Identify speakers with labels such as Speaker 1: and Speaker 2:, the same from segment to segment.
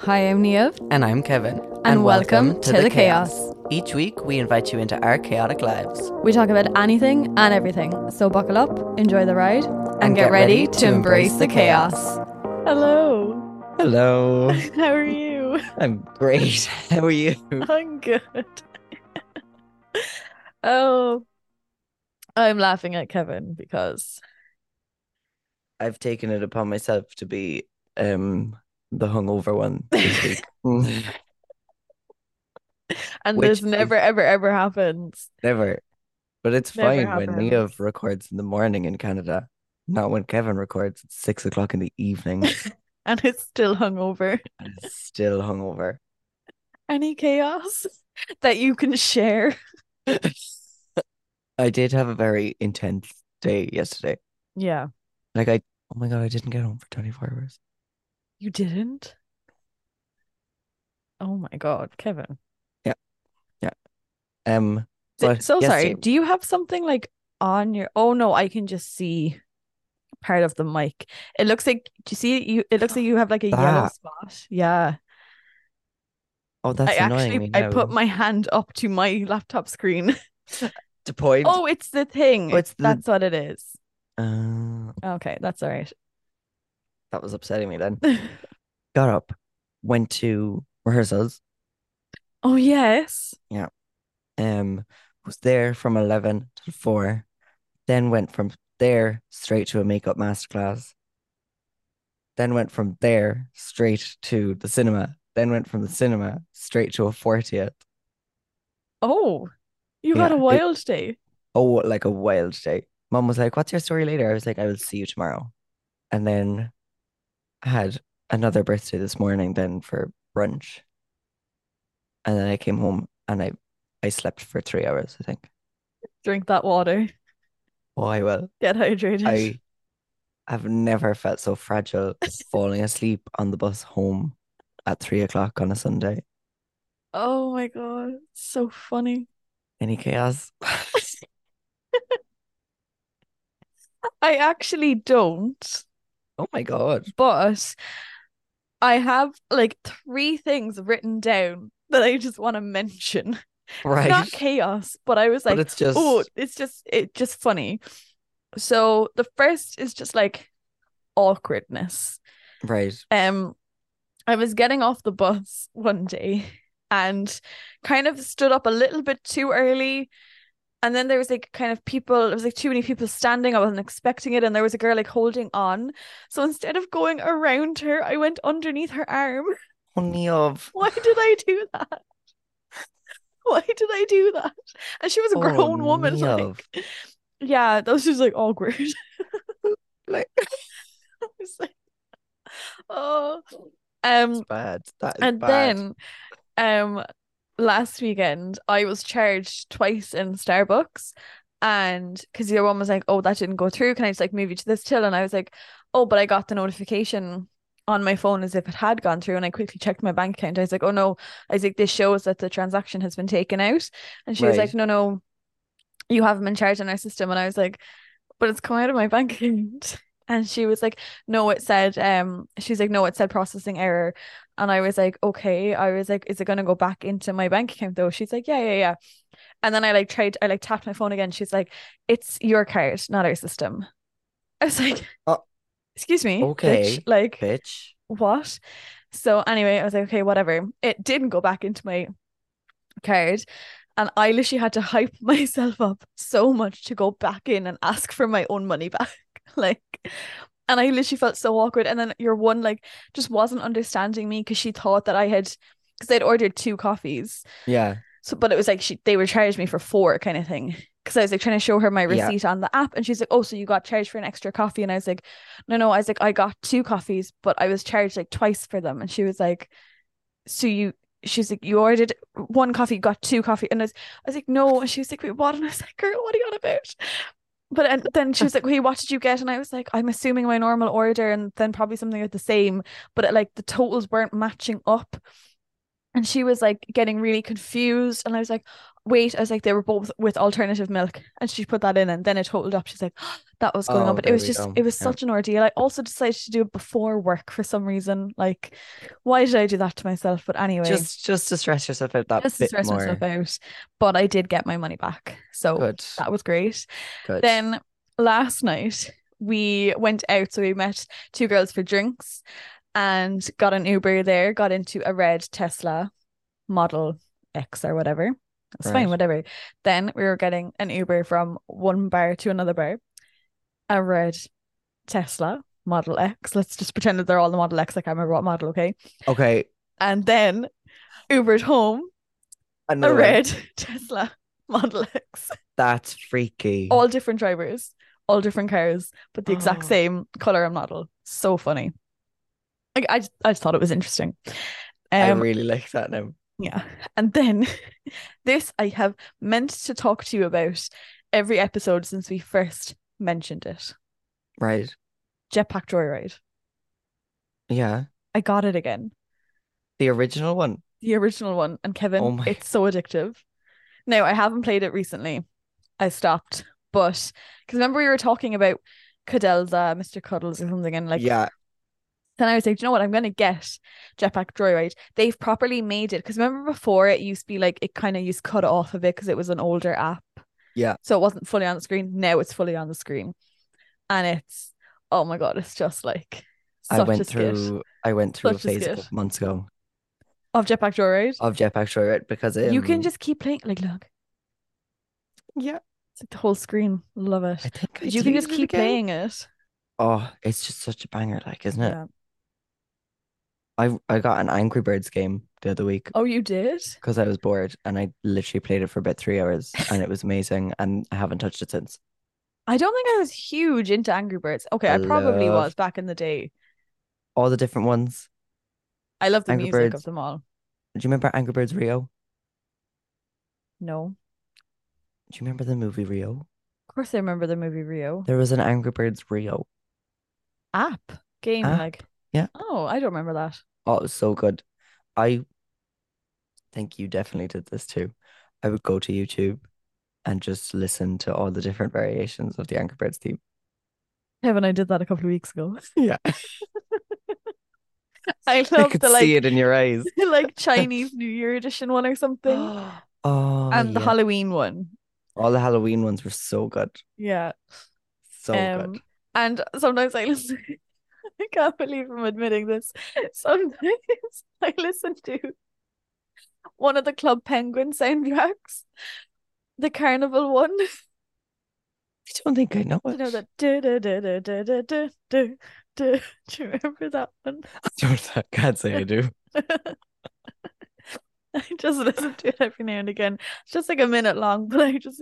Speaker 1: Hi, I'm Neil,
Speaker 2: And I'm Kevin.
Speaker 1: and, welcome, to, the chaos.
Speaker 2: Each week, we invite you into our chaotic lives.
Speaker 1: We talk about anything and everything, so buckle up, enjoy the ride, and, get, ready, to embrace, the chaos.
Speaker 3: Hello.
Speaker 2: Hello.
Speaker 3: How are you?
Speaker 2: I'm great. How are you?
Speaker 3: I'm good. oh, I'm laughing at Kevin because
Speaker 2: I've taken it upon myself to be um the hungover one this week. Mm,
Speaker 3: and
Speaker 2: Which
Speaker 3: this
Speaker 2: is-
Speaker 3: never ever ever happens.
Speaker 2: Never. But it's
Speaker 3: Never
Speaker 2: fine when
Speaker 3: happened.
Speaker 2: Neov records in the morning in Canada. Not when Kevin records at six o'clock in the evening
Speaker 3: And it's still hungover.
Speaker 2: and is still hungover.
Speaker 3: Any chaos that you can share?
Speaker 2: I did have a very intense day yesterday.
Speaker 3: Yeah.
Speaker 2: Like I oh my god, I didn't get home for 24 hours.
Speaker 3: You didn't? Oh my god, Kevin.
Speaker 2: Um
Speaker 3: D-
Speaker 2: but
Speaker 3: so sorry.
Speaker 2: yesterday-
Speaker 3: Do you have something like on your oh no, I can just see part of the mic. It looks like do you see it? you it looks like you have like a yellow
Speaker 2: That.
Speaker 3: spot. Yeah.
Speaker 2: Oh, that's
Speaker 3: I
Speaker 2: annoying
Speaker 3: actually
Speaker 2: me
Speaker 3: I
Speaker 2: now.
Speaker 3: put my hand up to my laptop screen.
Speaker 2: the point.
Speaker 3: oh, it's the thing.
Speaker 2: Oh, it's the-
Speaker 3: That's what it is.
Speaker 2: Uh,
Speaker 3: Okay, that's all right.
Speaker 2: that was upsetting me then. Got up, went to rehearsals.
Speaker 3: oh yes.
Speaker 2: Um, was there from eleven till four. Then went from there straight to a makeup masterclass. Then went from there straight to the cinema. Then went from the cinema straight to a fortieth.
Speaker 3: Oh. You
Speaker 2: Yeah,
Speaker 3: got a
Speaker 2: it-
Speaker 3: wild day.
Speaker 2: oh, like a wild day. Mom was like, What's your story later? I was like, I will see you tomorrow. And then I had another birthday this morning, then for brunch. And then I came home and I, I slept for three hours, I think.
Speaker 3: Drink that water.
Speaker 2: Oh, I will.
Speaker 3: Get hydrated.
Speaker 2: I have never felt so fragile falling asleep on the bus home at three o'clock on a Sunday.
Speaker 3: Oh my god. So funny.
Speaker 2: Any chaos?
Speaker 3: I actually don't.
Speaker 2: oh my God.
Speaker 3: but I have like three things written down that I just want to mention.
Speaker 2: Right.
Speaker 3: Not chaos, but I was
Speaker 2: but
Speaker 3: like,
Speaker 2: it's just,
Speaker 3: oh, it's just it just funny. So the first is just like awkwardness.
Speaker 2: right.
Speaker 3: Um I was getting off the bus one day and kind of stood up a little bit too early. And then there was like kind of people, there was like too many people standing. I wasn't expecting it. And there was a girl like holding on. So instead of going around her, I went underneath her arm.
Speaker 2: Honey of.
Speaker 3: Why did I do that? Why did I do that? And she was a
Speaker 2: Oh,
Speaker 3: grown woman.
Speaker 2: Nev.
Speaker 3: Like, yeah, that was just like awkward.
Speaker 2: Like-
Speaker 3: I was like, oh, um,
Speaker 2: That's bad. That is
Speaker 3: and
Speaker 2: bad.
Speaker 3: then um last weekend I was charged twice in Starbucks and because the other one was like, Oh, that didn't go through. Can I just like move you to this till? And I was like, Oh, but I got the notification on my phone as if it had gone through. And I quickly checked my bank account. I was like, Oh no, I was like, this shows that the transaction has been taken out. And she was
Speaker 2: Right.
Speaker 3: like, No, no, you haven't been charged in our system. And I was like, But it's come out of my bank account. And she was like, No, it said um she's like, No, it said processing error. And I was like, okay. I was like, is it gonna go back into my bank account though? She's like, yeah, yeah, yeah. And then I like tried, I like tapped my phone again. She's like, it's your card, not our system. I was like,
Speaker 2: Oh.
Speaker 3: excuse me, bitch,"
Speaker 2: Okay.
Speaker 3: like
Speaker 2: bitch.
Speaker 3: what? So anyway, I was like, okay, whatever. It didn't go back into my card. And I literally had to hype myself up so much to go back in and ask for my own money back. like, and I literally felt so awkward. And then your one, like, just wasn't understanding me because she thought that I had, because I'd ordered two coffees.
Speaker 2: Yeah.
Speaker 3: So, but it was like she they were charged me for four kind of thing. Cause I was like trying to show her my
Speaker 2: Yeah.
Speaker 3: receipt on the app, and she's like, "Oh, so you got charged for an extra coffee?" And I was like, "No, no." I was like, "I got two coffees, but I was charged like twice for them." And she was like, "So you?" She's like, "You ordered one coffee, you got two coffee," and I was, I was like, "No." And she was like, "Wait, what?" And I was like, "Girl, what are you on about?" But and then she was like, "Wait, what did you get?" And I was like, "I'm assuming my normal order, and then probably something at the same, but uh, like the totals weren't matching up." and she was like getting really confused and i was like wait, I was like, they were both with alternative milk. And she put that in and then it totaled up. She's like, that was going
Speaker 2: Oh,
Speaker 3: on. But it
Speaker 2: there
Speaker 3: was
Speaker 2: we
Speaker 3: just,
Speaker 2: go.
Speaker 3: it was
Speaker 2: Yeah.
Speaker 3: such an ordeal. I also decided to do it before work for some reason. Like, why did I do that to myself? But anyway, just,
Speaker 2: Just just to stress yourself out that
Speaker 3: to
Speaker 2: bit
Speaker 3: stress
Speaker 2: more.
Speaker 3: myself out. But I did get my money back. So
Speaker 2: Good.
Speaker 3: that was great.
Speaker 2: Good.
Speaker 3: Then last night we went out, so we met two girls for drinks and got an Uber there, got into a red Tesla Model X or whatever. It's
Speaker 2: Right.
Speaker 3: fine, whatever. Then we were getting an Uber from one bar to another bar, a red Tesla Model X. Let's just pretend that they're all the Model X. I can't remember what model, okay?
Speaker 2: okay.
Speaker 3: And then Ubered home, a
Speaker 2: Another one.
Speaker 3: red Tesla Model X
Speaker 2: That's freaky.
Speaker 3: all different drivers, all different cars, but the exact
Speaker 2: Oh.
Speaker 3: same color and model. So funny. Like I, just, I just thought it was interesting.
Speaker 2: I
Speaker 3: Um,
Speaker 2: really like that now.
Speaker 3: yeah. And then this I have meant to talk to you about every episode since we first mentioned it.
Speaker 2: Right.
Speaker 3: Jetpack Joyride.
Speaker 2: Yeah.
Speaker 3: I got it again.
Speaker 2: The original one.
Speaker 3: The original one. And Kevin,
Speaker 2: Oh my-
Speaker 3: it's so addictive. No, I haven't played it recently. I stopped. But because remember we were talking about Cadelza, Mr. Cuddles or something, and like
Speaker 2: yeah.
Speaker 3: then I was like, Do you know what? I'm gonna get Jetpack Joyride. They've properly made it because remember before it used to be like it kind of used to cut off of it because it was an older app.
Speaker 2: Yeah.
Speaker 3: So it wasn't fully on the screen. Now it's fully on the screen, and it's oh my god, it's just like such
Speaker 2: I
Speaker 3: a
Speaker 2: went
Speaker 3: skit
Speaker 2: through I went through
Speaker 3: Such a
Speaker 2: a phase a
Speaker 3: skit.
Speaker 2: couple months ago
Speaker 3: of Jetpack Joyride.
Speaker 2: of Jetpack Joyride because um,
Speaker 3: you can just keep playing. Like look,
Speaker 2: Yeah.
Speaker 3: it's like the whole screen. Love
Speaker 2: I
Speaker 3: it.
Speaker 2: think I
Speaker 3: You can just
Speaker 2: deleted it
Speaker 3: keep
Speaker 2: again.
Speaker 3: playing it.
Speaker 2: Oh, it's just such a banger, like, isn't it?
Speaker 3: Yeah.
Speaker 2: I I got an Angry Birds game the other week
Speaker 3: Oh, you did.
Speaker 2: because I was bored and I literally played it for about three hours and it was amazing and I haven't touched it since.
Speaker 3: I don't think I was huge into Angry Birds. Okay, I,
Speaker 2: I
Speaker 3: probably
Speaker 2: love-
Speaker 3: was back in the day.
Speaker 2: All the different ones.
Speaker 3: I love the
Speaker 2: Angry
Speaker 3: music of
Speaker 2: Birds.
Speaker 3: them all.
Speaker 2: Do you remember Angry Birds Rio?
Speaker 3: No.
Speaker 2: Do you remember the movie Rio?
Speaker 3: Of course, I remember the movie Rio.
Speaker 2: There was an Angry Birds Rio.
Speaker 3: App game
Speaker 2: App,
Speaker 3: like
Speaker 2: yeah.
Speaker 3: Oh, I don't remember that.
Speaker 2: Oh, it was so good. I think you definitely did this too. I would go to YouTube and just listen to all the different variations of the Angry Birds theme.
Speaker 3: Kevin, I did that a couple of weeks ago.
Speaker 2: Yeah.
Speaker 3: I
Speaker 2: I
Speaker 3: love
Speaker 2: could
Speaker 3: the like
Speaker 2: see it in your eyes.
Speaker 3: the, like Chinese New Year edition one or something,
Speaker 2: oh,
Speaker 3: and the
Speaker 2: yeah.
Speaker 3: Halloween one.
Speaker 2: all the Halloween ones were so good.
Speaker 3: Yeah.
Speaker 2: So
Speaker 3: Um,
Speaker 2: good.
Speaker 3: and sometimes I listen. I can't believe I'm admitting this. Sometimes I listen to one of the Club Penguin soundtracks, the Carnival one.
Speaker 2: I don't think I know
Speaker 3: You
Speaker 2: it.
Speaker 3: know that do do do do do do do do do. Do you remember that one?
Speaker 2: I don't- I can't say I do.
Speaker 3: I just listen to it every now and again. It's just like a minute long, but I just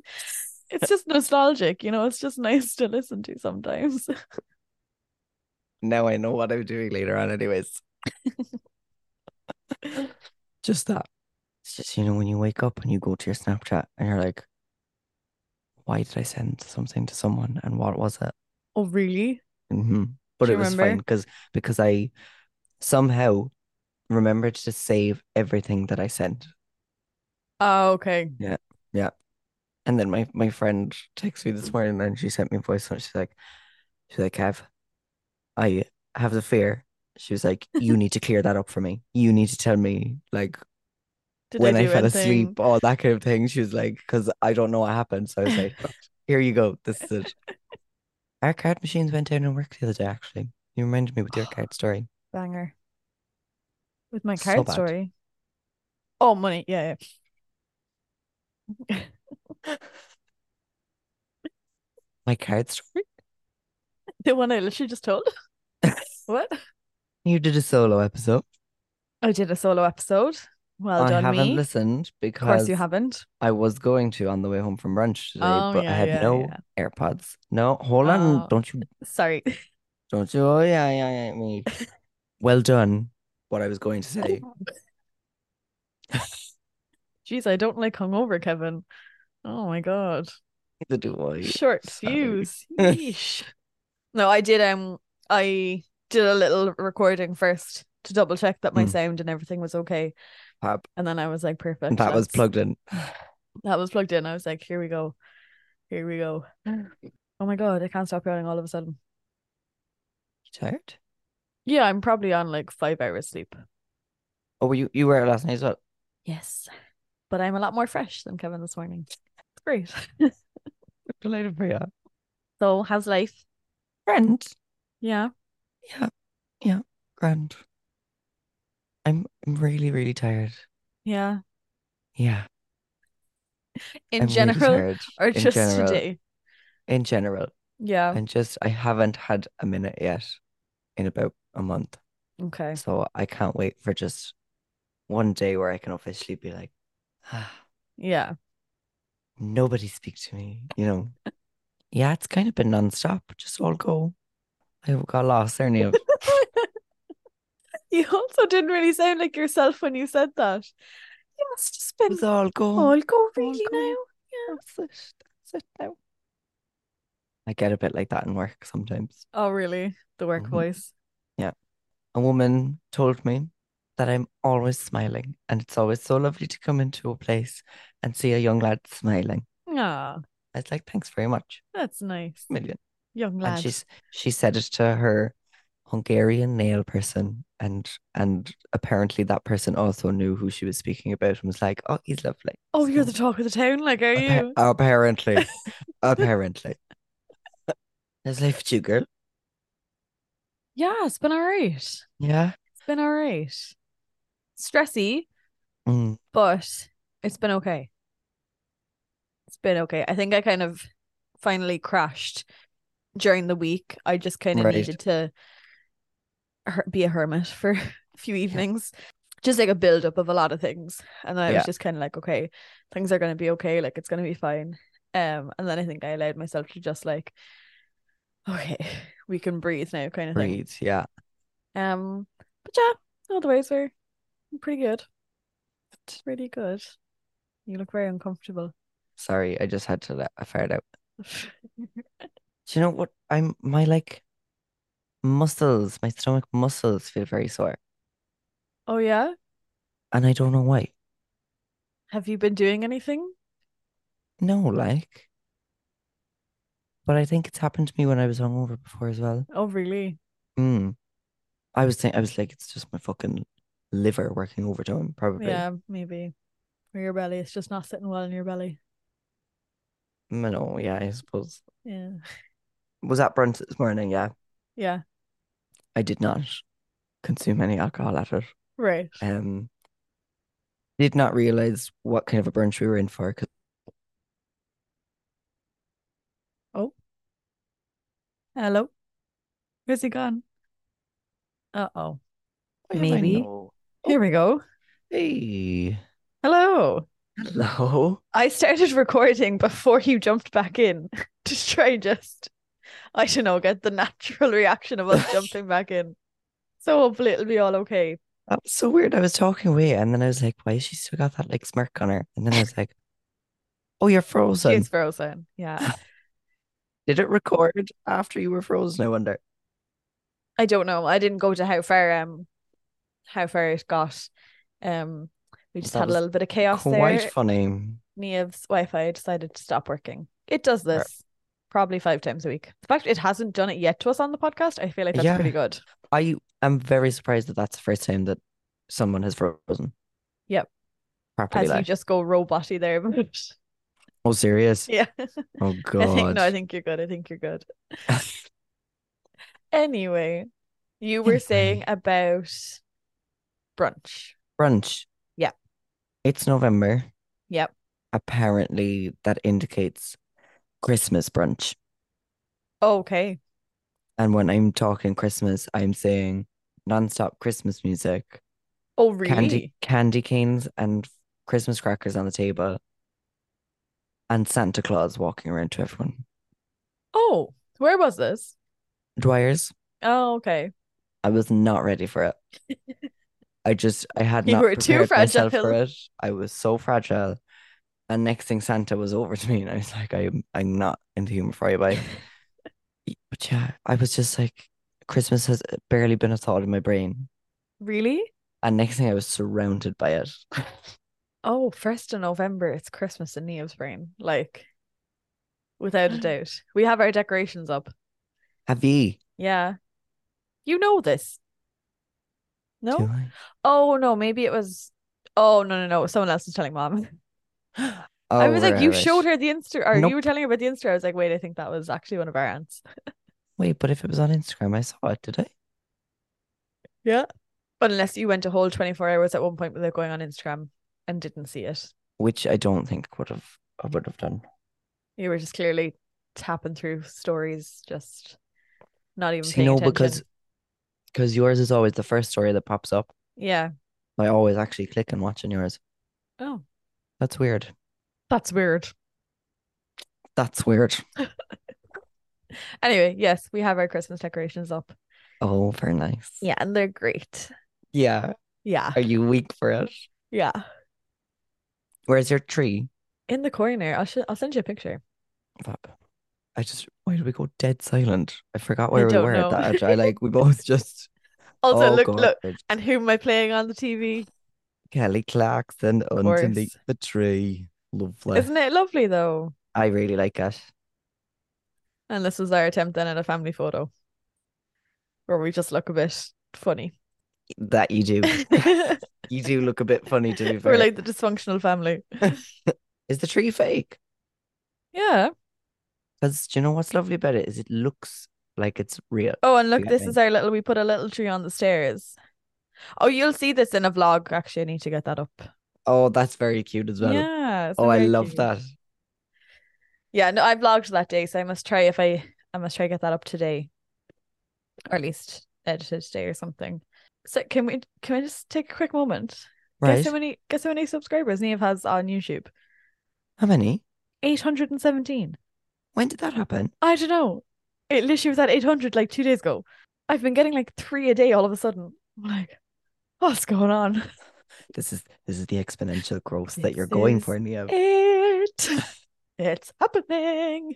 Speaker 3: it's just nostalgic, you know, it's just nice to listen to sometimes.
Speaker 2: Now I know what I'm doing later on, anyways. just that. It's just, you know, when you wake up and you go to your Snapchat and you're like, why did I send something to someone and what was it?
Speaker 3: Oh really?
Speaker 2: hmm But
Speaker 3: Do
Speaker 2: it
Speaker 3: you
Speaker 2: was fine
Speaker 3: remember?
Speaker 2: because because I somehow remembered to save everything that I sent.
Speaker 3: Oh, okay.
Speaker 2: Yeah. And then my my friend texted me this morning and she sent me a voice note. She's like, she's like, Kev, I have the fear. She was like, you need to clear that up for me. You need to tell me like
Speaker 3: Did
Speaker 2: when
Speaker 3: I,
Speaker 2: I,
Speaker 3: do
Speaker 2: fell
Speaker 3: anything?
Speaker 2: asleep, all that kind of thing. She was like, because I don't know what happened. So I was like, here you go. This is it. Our card machines went down in work the other day, actually. You reminded me with your card story.
Speaker 3: Banger. With my
Speaker 2: So
Speaker 3: card
Speaker 2: bad.
Speaker 3: story. Oh money, yeah, yeah.
Speaker 2: My card story?
Speaker 3: the one I literally just told. what?
Speaker 2: You did a solo episode.
Speaker 3: I did a solo episode. Well
Speaker 2: I
Speaker 3: done,
Speaker 2: haven't
Speaker 3: me.
Speaker 2: listened
Speaker 3: Of course,
Speaker 2: because
Speaker 3: you haven't.
Speaker 2: I was going to on the way home from brunch today,
Speaker 3: Oh,
Speaker 2: but
Speaker 3: yeah,
Speaker 2: I had
Speaker 3: yeah,
Speaker 2: no
Speaker 3: yeah.
Speaker 2: AirPods. No, hold on.
Speaker 3: Oh.
Speaker 2: Don't you,
Speaker 3: Sorry.
Speaker 2: don't you? Oh, yeah, yeah, yeah. Me. well done. What I was going to say.
Speaker 3: Jeez, I don't like hungover, Kevin. Oh my god.
Speaker 2: Neither do I.
Speaker 3: Short
Speaker 2: Sorry.
Speaker 3: fuse. Yeesh. No, I did um I did a little recording first to double check that my
Speaker 2: Mm.
Speaker 3: sound and everything was okay.
Speaker 2: Fab.
Speaker 3: And then I was like perfect.
Speaker 2: That was
Speaker 3: let's-
Speaker 2: plugged in.
Speaker 3: that was plugged in. I was like, here we go. Here we go. Oh my god, I can't stop yawning all of a sudden.
Speaker 2: You tired?
Speaker 3: Yeah, I'm probably on like five hours sleep.
Speaker 2: Oh, were you you were out last night as well.
Speaker 3: Yes. But I'm a lot more fresh than Kevin this morning. It's great.
Speaker 2: Delighted for you.
Speaker 3: so how's life?
Speaker 2: Grand.
Speaker 3: Yeah.
Speaker 2: Grand. I'm I'm really, really tired.
Speaker 3: Yeah.
Speaker 2: Yeah.
Speaker 3: In
Speaker 2: I'm really
Speaker 3: general
Speaker 2: tired.
Speaker 3: or
Speaker 2: In
Speaker 3: just
Speaker 2: general.
Speaker 3: today?
Speaker 2: In general.
Speaker 3: Yeah.
Speaker 2: And just I haven't had a minute yet in about a month.
Speaker 3: Okay.
Speaker 2: So I can't wait for just one day where I can officially be like, ah,
Speaker 3: Yeah.
Speaker 2: nobody speak to me, you know. yeah, it's kind of been nonstop. Just all go. I got lost there, Neil.
Speaker 3: You also didn't really sound like yourself when you said that. You must have spent
Speaker 2: It's all go.
Speaker 3: all go
Speaker 2: all
Speaker 3: really
Speaker 2: go.
Speaker 3: now.
Speaker 2: That's it. That's it now. I get a bit like that in work sometimes.
Speaker 3: Oh really? The work
Speaker 2: Mhm.
Speaker 3: voice.
Speaker 2: A woman told me that I'm always smiling, and it's always so lovely to come into a place and see a young lad smiling.
Speaker 3: Ah,
Speaker 2: I was like, thanks very much,
Speaker 3: that's nice.
Speaker 2: million.
Speaker 3: Young
Speaker 2: And
Speaker 3: lad.
Speaker 2: she's she said it to her Hungarian nail person, and and apparently that person also knew who she was speaking about and was like, oh, he's lovely.
Speaker 3: Oh, you're
Speaker 2: So-
Speaker 3: the talk of the town, like are
Speaker 2: Appa-
Speaker 3: you?
Speaker 2: Apparently. apparently. How's life with you, girl?
Speaker 3: Yeah, it's been alright. It's
Speaker 2: Yeah.
Speaker 3: been alright. Stressy,
Speaker 2: Mm.
Speaker 3: but it's been okay. It's been okay. I think I kind of finally crashed during the week. I just kind of
Speaker 2: Right.
Speaker 3: needed to her- be a hermit for a few evenings, just like a build up of a lot of things. And then I
Speaker 2: Yeah.
Speaker 3: was just kind of like, okay, things are going to be okay. Like it's going to be fine. Um, and then I think I allowed myself to just like, okay, we can breathe now, kind of thing.
Speaker 2: Breathe. Yeah.
Speaker 3: Um, but yeah, otherwise we're pretty good. It's really good. You look very uncomfortable.
Speaker 2: Sorry, I just had to let I fired out. Do you know what? I'm my like muscles, my stomach muscles feel very sore.
Speaker 3: oh yeah,
Speaker 2: And I don't know why.
Speaker 3: have you been doing anything?
Speaker 2: No, like. But I think it's happened to me when I was hungover before as well.
Speaker 3: Oh really? Hmm.
Speaker 2: Mm. I was saying I was like, it's just my fucking liver working overtime, probably.
Speaker 3: Yeah, maybe. Or your belly, it's just not sitting well in your belly.
Speaker 2: Mm, No, yeah, I suppose.
Speaker 3: Yeah,
Speaker 2: was at brunch this morning. Yeah,
Speaker 3: yeah,
Speaker 2: I did not consume any alcohol at it.
Speaker 3: right.
Speaker 2: Um, did not realize what kind of a brunch we were in for. 'cause-
Speaker 3: Hello, where's he gone? Uh oh,
Speaker 2: Why have I
Speaker 3: Maybe.
Speaker 2: no-
Speaker 3: here we go.
Speaker 2: Hey,
Speaker 3: Hello.
Speaker 2: hello.
Speaker 3: I started recording before you jumped back in to try and just, I don't know, get the natural reaction of us jumping back in. So hopefully it'll be all okay.
Speaker 2: That was so weird. I was talking away, and then I was like, "Why has she still got that like smirk on her?" And then I was like, "Oh, you're frozen.
Speaker 3: She's frozen. Yeah.
Speaker 2: Did it record after you were frozen? I wonder."
Speaker 3: I don't know. I didn't go to how far um how far it got. Um we just
Speaker 2: That
Speaker 3: had a
Speaker 2: was
Speaker 3: little bit of chaos
Speaker 2: Quite
Speaker 3: there.
Speaker 2: funny.
Speaker 3: Niamh's Wi-Fi decided to stop working. It does
Speaker 2: Right.
Speaker 3: this probably five times a week. The fact it hasn't done it yet to us on the podcast, I feel like that's
Speaker 2: Yeah.
Speaker 3: pretty good.
Speaker 2: I am very surprised that that's the first time that someone has frozen.
Speaker 3: Yep.
Speaker 2: Properly
Speaker 3: As you
Speaker 2: like.
Speaker 3: just go roboty there. but-
Speaker 2: Oh, serious?
Speaker 3: yeah.
Speaker 2: Oh
Speaker 3: I
Speaker 2: God.
Speaker 3: think no, I think you're good. I think you're good. anyway, you were saying about brunch.
Speaker 2: Brunch.
Speaker 3: Yeah.
Speaker 2: It's November.
Speaker 3: Yep.
Speaker 2: Apparently, that indicates Christmas brunch.
Speaker 3: Oh, Okay.
Speaker 2: And when I'm talking Christmas, I'm saying nonstop Christmas music,
Speaker 3: Oh really?
Speaker 2: candy candy canes, and Christmas crackers on the table, and Santa Claus walking around to everyone.
Speaker 3: Oh, where was this?
Speaker 2: Dwyer's.
Speaker 3: Oh, okay.
Speaker 2: I was not ready for it. I just I had
Speaker 3: You
Speaker 2: not
Speaker 3: were too
Speaker 2: prepared myself for
Speaker 3: fragile.
Speaker 2: it. I was so fragile. And next thing Santa was over to me and I was like, I'm I'm not in the humor for you, bye. Y- but yeah, I was just like Christmas has barely been a thought in my brain.
Speaker 3: Really?
Speaker 2: And next thing I was surrounded by it.
Speaker 3: oh, first of November, it's Christmas in Neve's brain. Like, without a doubt. We have our decorations up.
Speaker 2: Have you?
Speaker 3: Yeah. You know this. No?
Speaker 2: Do I?
Speaker 3: Oh, no. Maybe it was. Oh, no, no, no. Someone else is telling mom.
Speaker 2: Oh,
Speaker 3: I was like, you
Speaker 2: right.
Speaker 3: showed her the Insta, or
Speaker 2: Nope.
Speaker 3: you were telling her about the Insta. I was like, wait, I think that was actually one of our aunts.
Speaker 2: Wait, but if it was on Instagram, I saw it, did I?
Speaker 3: Yeah. But unless you went a whole 24 hours at one point without going on Instagram and didn't see it,
Speaker 2: Which I don't think would have I would have done.
Speaker 3: you were just clearly tapping through stories, just not even
Speaker 2: See,
Speaker 3: paying
Speaker 2: no,
Speaker 3: attention.
Speaker 2: because because yours is always the first story that pops up.
Speaker 3: yeah.
Speaker 2: I always actually click and watch on yours.
Speaker 3: Oh,
Speaker 2: That's weird.
Speaker 3: that's weird.
Speaker 2: That's weird.
Speaker 3: Anyway, yes, we have our Christmas decorations up.
Speaker 2: Oh, very nice.
Speaker 3: Yeah, and they're great.
Speaker 2: Yeah.
Speaker 3: Yeah,
Speaker 2: Are you weak for it?
Speaker 3: yeah.
Speaker 2: Where's your tree?
Speaker 3: In the corner, I'll sh- I'll send you a picture.
Speaker 2: Fuck. I just why did we go dead silent? I forgot where we
Speaker 3: don't
Speaker 2: were
Speaker 3: know.
Speaker 2: at that. actually. I like we both just
Speaker 3: Also,
Speaker 2: oh,
Speaker 3: look,
Speaker 2: God,
Speaker 3: look.
Speaker 2: it's
Speaker 3: And who am I playing on the TV?
Speaker 2: Kelly Clarkson underneath
Speaker 3: course.
Speaker 2: the tree. Lovely.
Speaker 3: Isn't it lovely though?
Speaker 2: I really like it.
Speaker 3: And this is our attempt then at a family photo, where we just look a bit funny.
Speaker 2: That you do. you do look a bit funny to be fair.
Speaker 3: We're like the dysfunctional family.
Speaker 2: Is the tree fake?
Speaker 3: Yeah.
Speaker 2: Because do you know what's lovely about it is it looks like it's real.
Speaker 3: Oh, and look,
Speaker 2: Yeah,
Speaker 3: this is our little. We put a little tree on the stairs. Oh, you'll see this in a vlog. Actually, I need to get that up.
Speaker 2: Oh, that's very cute as well.
Speaker 3: yeah. it's
Speaker 2: oh, I
Speaker 3: very
Speaker 2: love
Speaker 3: cute.
Speaker 2: that.
Speaker 3: Yeah, no, I vlogged that day, so I must try if I I must try get that up today, or at least edited today or something. So can we can we just take a quick moment?
Speaker 2: Right.
Speaker 3: Guess how many guess how many subscribers Neve has on YouTube?
Speaker 2: How many?
Speaker 3: Eight hundred and seventeen.
Speaker 2: When did that happen?
Speaker 3: I don't know. It literally was at eight hundred like two days ago. I've been getting like three a day all of a sudden. I'm like, what's going on?
Speaker 2: This is this is the exponential growth that you're
Speaker 3: This
Speaker 2: going
Speaker 3: is
Speaker 2: for, Nia.
Speaker 3: It it's happening,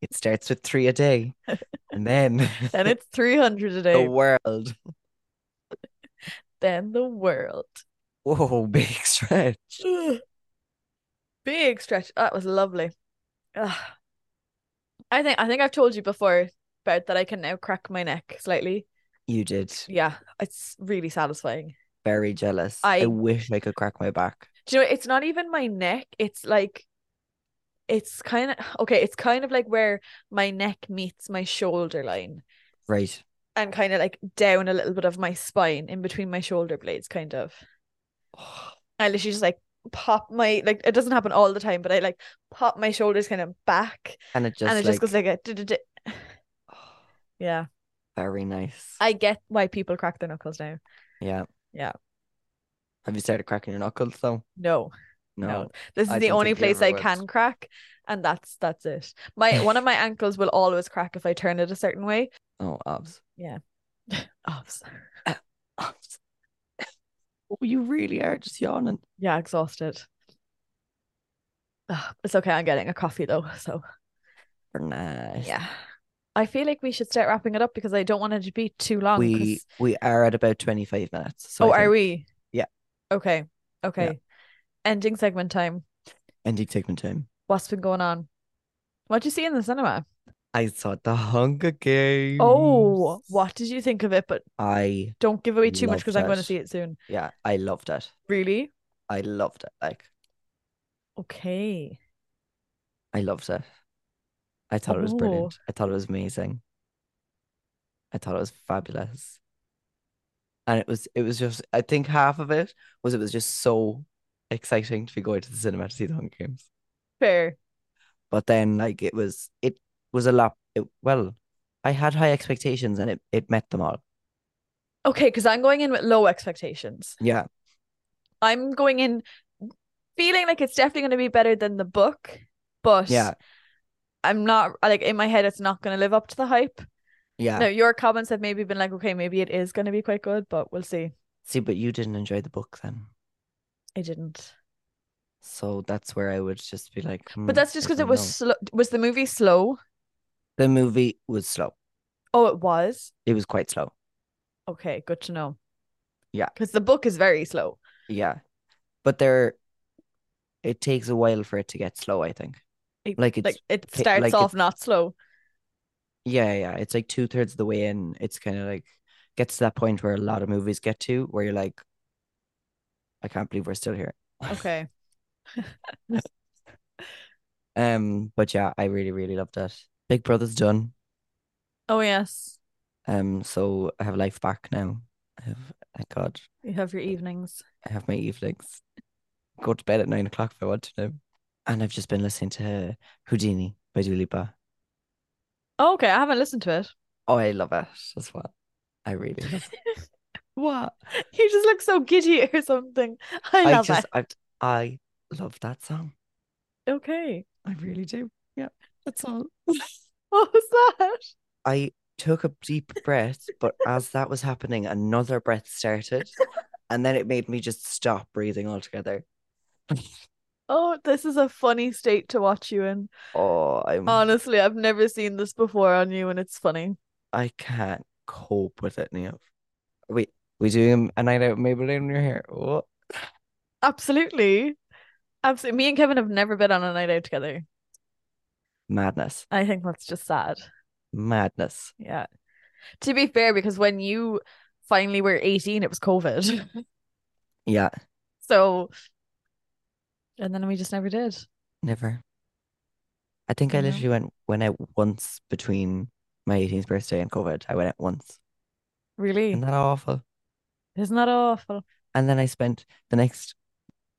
Speaker 2: It starts with three a day, and then
Speaker 3: and it's three hundred a day.
Speaker 2: the world.
Speaker 3: then the world.
Speaker 2: Whoa, big stretch.
Speaker 3: Ugh. Big stretch. That was lovely. Ugh. I think I think I've told you before about that I can now crack my neck slightly.
Speaker 2: You did.
Speaker 3: Yeah, it's really satisfying.
Speaker 2: Very jealous. I
Speaker 3: I-
Speaker 2: wish I could crack my back.
Speaker 3: Do you know it's not even my neck, it's like it's kind of okay, it's kind of like where my neck meets my shoulder line
Speaker 2: Right.
Speaker 3: and kind of like down a little bit of my spine in between my shoulder blades kind of. I literally just like pop my like it doesn't happen all the time, but I like pop my shoulders kind of back
Speaker 2: And it just
Speaker 3: and it
Speaker 2: like
Speaker 3: just goes like a du-du-du. yeah.
Speaker 2: very nice.
Speaker 3: I get why people crack their knuckles now.
Speaker 2: Yeah.
Speaker 3: Yeah.
Speaker 2: Have you started cracking your knuckles though?
Speaker 3: No, no, this is
Speaker 2: I
Speaker 3: the
Speaker 2: don't
Speaker 3: only
Speaker 2: think you
Speaker 3: place
Speaker 2: ever
Speaker 3: I
Speaker 2: would.
Speaker 3: can crack, and that's that's it. My one of my ankles will always crack if I turn it a certain way.
Speaker 2: Oh, abs.
Speaker 3: Oh, s-
Speaker 2: Abs. Oh, you really are just yawning.
Speaker 3: yeah, exhausted. Ah, it's okay. I'm getting a coffee though, so
Speaker 2: Very Nice.
Speaker 3: yeah. I feel like we should start wrapping it up because I don't want it to be too long. 'cause-
Speaker 2: We we are at about twenty five minutes. So
Speaker 3: oh,
Speaker 2: I
Speaker 3: are
Speaker 2: think
Speaker 3: we?
Speaker 2: Yeah.
Speaker 3: Okay. Okay. Ending segment time.
Speaker 2: Ending segment time.
Speaker 3: What's been going on? What'd you see in the cinema?
Speaker 2: I saw the Hunger Games.
Speaker 3: Oh, what did you think of it? But
Speaker 2: I
Speaker 3: don't give away too much
Speaker 2: Loved
Speaker 3: because I'm going to
Speaker 2: that.
Speaker 3: see it soon.
Speaker 2: yeah, I loved it.
Speaker 3: Really?
Speaker 2: I loved it. Like
Speaker 3: Okay.
Speaker 2: I loved it. I thought it
Speaker 3: Oh.
Speaker 2: was brilliant. I thought it was amazing. I thought it was fabulous. And it was it was just I think half of it was it was just so exciting to be going to the cinema to see the Hunger Games.
Speaker 3: Fair.
Speaker 2: But then like it was it was a lot it, well, I had high expectations and it, it met them all.
Speaker 3: Okay, because I'm going in with low expectations.
Speaker 2: Yeah.
Speaker 3: I'm going in feeling like it's definitely going to be better than the book, but
Speaker 2: Yeah.
Speaker 3: I'm not like in my head, it's not going to live up to the hype.
Speaker 2: Yeah.
Speaker 3: Now, your comments have maybe been like, okay, maybe it is going to be quite good, but we'll see.
Speaker 2: See, but you didn't enjoy the book then.
Speaker 3: I didn't.
Speaker 2: So that's where I would just be like, "Hmm,
Speaker 3: But that's just
Speaker 2: I
Speaker 3: because it
Speaker 2: don't
Speaker 3: was
Speaker 2: know."
Speaker 3: slow. Was the movie slow?
Speaker 2: the movie was slow.
Speaker 3: Oh, it was.
Speaker 2: It was quite slow.
Speaker 3: Okay, good to know.
Speaker 2: Yeah.
Speaker 3: Because the book is very slow.
Speaker 2: Yeah. But there it takes a while for it to get slow, I think.
Speaker 3: It-
Speaker 2: Like it's
Speaker 3: Like it
Speaker 2: ca-
Speaker 3: starts
Speaker 2: like
Speaker 3: off
Speaker 2: it's-
Speaker 3: not slow.
Speaker 2: yeah, yeah. It's like two thirds of the way in. It's kind of like gets to that point where a lot of movies get to where you're like, I can't believe we're still here.
Speaker 3: Okay.
Speaker 2: Um, but yeah, I really, really loved it. Big Brother's done.
Speaker 3: Oh yes.
Speaker 2: Um, so I have life back now. I have thank God.
Speaker 3: You have your evenings.
Speaker 2: I have my evenings. Go to bed at nine o'clock if I want to now. And I've just been listening to Houdini by Dua Lipa.
Speaker 3: Oh, okay, I haven't listened to it.
Speaker 2: Oh, I love it as well. I really love it. What?
Speaker 3: You just look so giddy or something. I
Speaker 2: I,
Speaker 3: love
Speaker 2: just
Speaker 3: it.
Speaker 2: I, I love that song.
Speaker 3: Okay.
Speaker 2: I really do. Yeah, that's all.
Speaker 3: What was that?
Speaker 2: I took a deep breath, but as that was happening, another breath started, and then it made me just stop breathing altogether.
Speaker 3: Oh, this is a funny state to watch you in.
Speaker 2: Oh, I'm
Speaker 3: Honestly, I've never seen this before on you, and it's funny.
Speaker 2: I can't cope with it, Neil. We we doing a night out, maybe in your hair. Oh, What?
Speaker 3: Absolutely. Absolutely. Me and Kevin have never been on a night out together.
Speaker 2: Madness,
Speaker 3: I think that's just sad.
Speaker 2: madness.
Speaker 3: Yeah. To be fair, because when you finally were 18, it was COVID.
Speaker 2: Yeah,
Speaker 3: So, and then we just never did.
Speaker 2: never. I think I
Speaker 3: I know.
Speaker 2: literally went went out once between my 18th birthday and COVID. I went out once.
Speaker 3: Really?
Speaker 2: Isn't that awful?
Speaker 3: Isn't that awful?
Speaker 2: And then I spent the next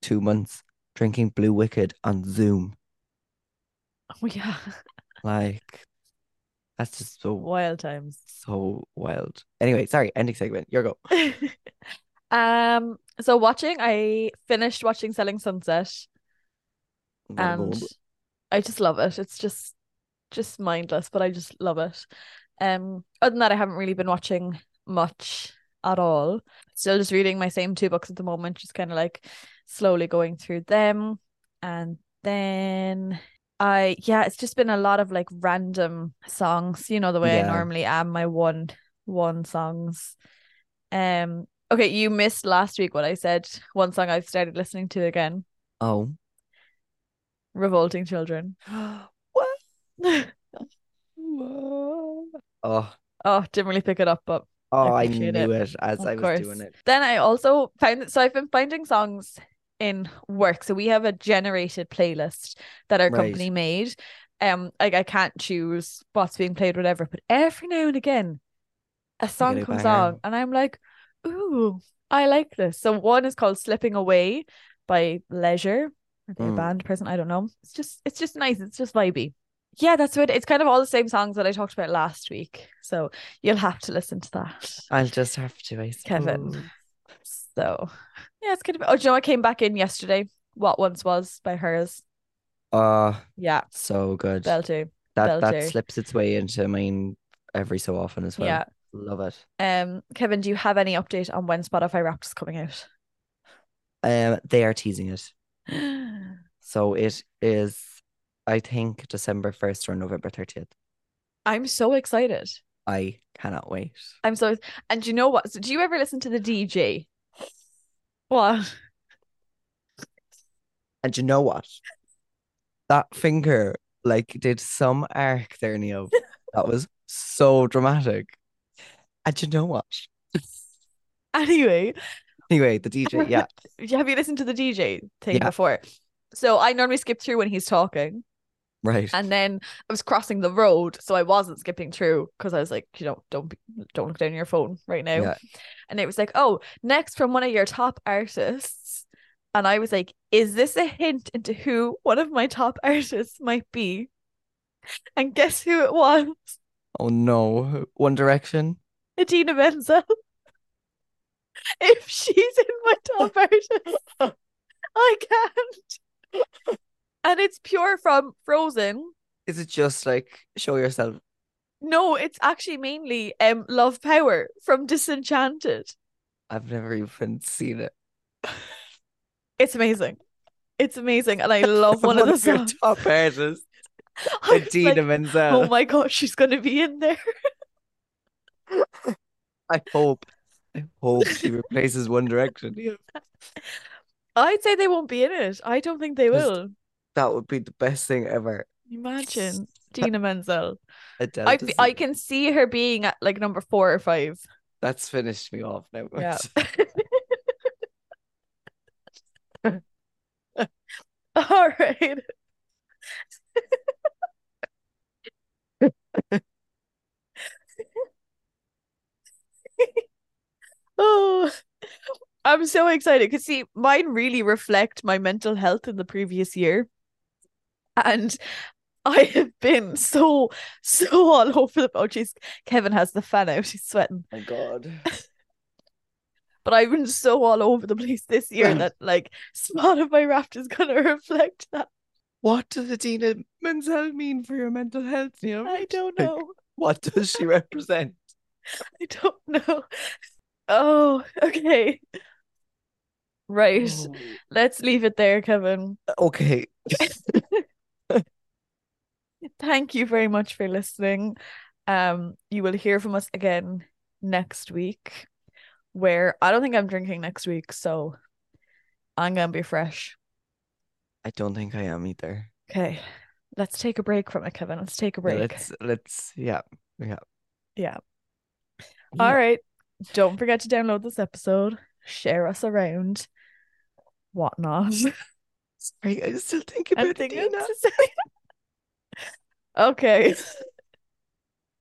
Speaker 2: two months drinking Blue Wicked on Zoom.
Speaker 3: Oh, yeah.
Speaker 2: Like, that's just so,
Speaker 3: Wild times.
Speaker 2: so wild. Anyway, sorry, ending segment. Your go.
Speaker 3: um, so watching, I finished watching Selling Sunset
Speaker 2: Well,
Speaker 3: and
Speaker 2: well,
Speaker 3: I just love it. It's just just mindless, but I just love it. Um, other than that, I haven't really been watching much at all. Still just reading my same two books at the moment, just kind of like slowly going through them. And then I yeah, it's just been a lot of like random songs, you know, the way
Speaker 2: Yeah.
Speaker 3: I normally am my one one songs. Um okay, you missed last week what I said. One song I've started listening to again, Revolting Children.
Speaker 2: Oh. what? Oh. Oh,
Speaker 3: Oh, didn't really pick it up, but
Speaker 2: I,
Speaker 3: appreciate it.
Speaker 2: knew it, as
Speaker 3: Of
Speaker 2: I was
Speaker 3: course.
Speaker 2: doing it.
Speaker 3: then I also found so I've been finding songs in work. So we have a generated playlist that our
Speaker 2: Right.
Speaker 3: company made. Um, like I can't choose what's being played, whatever, but every now and again a song
Speaker 2: new
Speaker 3: comes
Speaker 2: banger.
Speaker 3: on and I'm like, ooh, I like this. So one is called Slipping Away by Leisure. Are they a
Speaker 2: Mm.
Speaker 3: band person? I don't know. It's just it's just nice. It's just vibey. Yeah, that's what it's kind of all the same songs that I talked about last week. So you'll have to listen to that.
Speaker 2: I'll just have to, I
Speaker 3: Kevin.
Speaker 2: suppose.
Speaker 3: So yeah, it's kind of. Oh, do you know what came back in yesterday? What once was by hers.
Speaker 2: Oh,
Speaker 3: Yeah,
Speaker 2: so good.
Speaker 3: Bell too.
Speaker 2: that that
Speaker 3: belter.
Speaker 2: slips its way into mine every so often as well.
Speaker 3: Yeah.
Speaker 2: Love it.
Speaker 3: Um, Kevin, do you have any update on when Spotify Wrapped is coming out?
Speaker 2: Um, they are teasing it. So it is, I think, December 1st or November 30th.
Speaker 3: I'm so excited.
Speaker 2: I cannot wait.
Speaker 3: I'm so. And do you know what? So do you ever listen to the DJ? What?
Speaker 2: And you know what? That finger like did some arc there, Neo. that was so dramatic. And you know what?
Speaker 3: Anyway,
Speaker 2: Anyway, the DJ, yeah.
Speaker 3: have you listened to the DJ thing
Speaker 2: Yeah.
Speaker 3: before? So I normally skip through when he's talking.
Speaker 2: Right.
Speaker 3: and then I was crossing the road, so I wasn't skipping through because I was like, you know, don't be, don't look down your phone right now.
Speaker 2: Yeah.
Speaker 3: And it was like, oh, next from one of your top artists, and I was like, is this a hint into who one of my top artists might be? And guess who it was?
Speaker 2: Oh no. One Direction.
Speaker 3: Adina Menzel. if she's in my top artist, I can't. And it's pure from Frozen.
Speaker 2: Is it just like show yourself?
Speaker 3: No, it's actually mainly um Love Power from Disenchanted.
Speaker 2: I've never even seen it.
Speaker 3: It's amazing. It's amazing. And I love one of the songs.
Speaker 2: your top artists,
Speaker 3: I was
Speaker 2: Idina
Speaker 3: like,
Speaker 2: Menzel.
Speaker 3: oh my gosh, she's gonna be in there.
Speaker 2: I hope, I hope she replaces One Direction.
Speaker 3: I'd say they won't be in it. I don't think they
Speaker 2: Just-
Speaker 3: will.
Speaker 2: That would be the best thing ever.
Speaker 3: Imagine Dina Menzel.
Speaker 2: Adele
Speaker 3: I,
Speaker 2: to
Speaker 3: I
Speaker 2: see.
Speaker 3: can see her being at like number four or five.
Speaker 2: That's finished me off now.
Speaker 3: Yeah. All right. oh, I'm so excited because see, mine really reflect my mental health in the previous year, and I have been so so all over the. Oh, jeez, Kevin has the fan out; he's sweating
Speaker 2: my God.
Speaker 3: but I've been so all over the place this year that like Spotify Wrapped is gonna reflect that.
Speaker 2: What does Adina Menzel mean for your mental health? You know?
Speaker 3: I don't
Speaker 2: Like,
Speaker 3: know.
Speaker 2: What does she represent?
Speaker 3: I don't know. Oh, okay. Right.
Speaker 2: Oh.
Speaker 3: Let's leave it there, Kevin.
Speaker 2: Okay.
Speaker 3: Thank you very much for listening. Um, you will hear from us again next week, where I don't think I'm drinking next week, so I'm gonna be fresh.
Speaker 2: I don't think I am either.
Speaker 3: Okay. Let's take a break from it, Kevin. Let's take a
Speaker 2: Yeah,
Speaker 3: break.
Speaker 2: let's let's yeah. Yeah.
Speaker 3: Yeah.
Speaker 2: Yeah.
Speaker 3: All right. Don't forget to download this episode, share us around, whatnot.
Speaker 2: Sorry, I still think about
Speaker 3: I'm
Speaker 2: it,
Speaker 3: thinking
Speaker 2: Dina.
Speaker 3: to say- okay.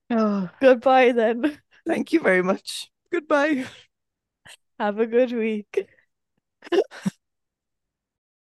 Speaker 2: Oh,
Speaker 3: Goodbye then.
Speaker 2: thank you very much. Goodbye.
Speaker 3: Have a good week.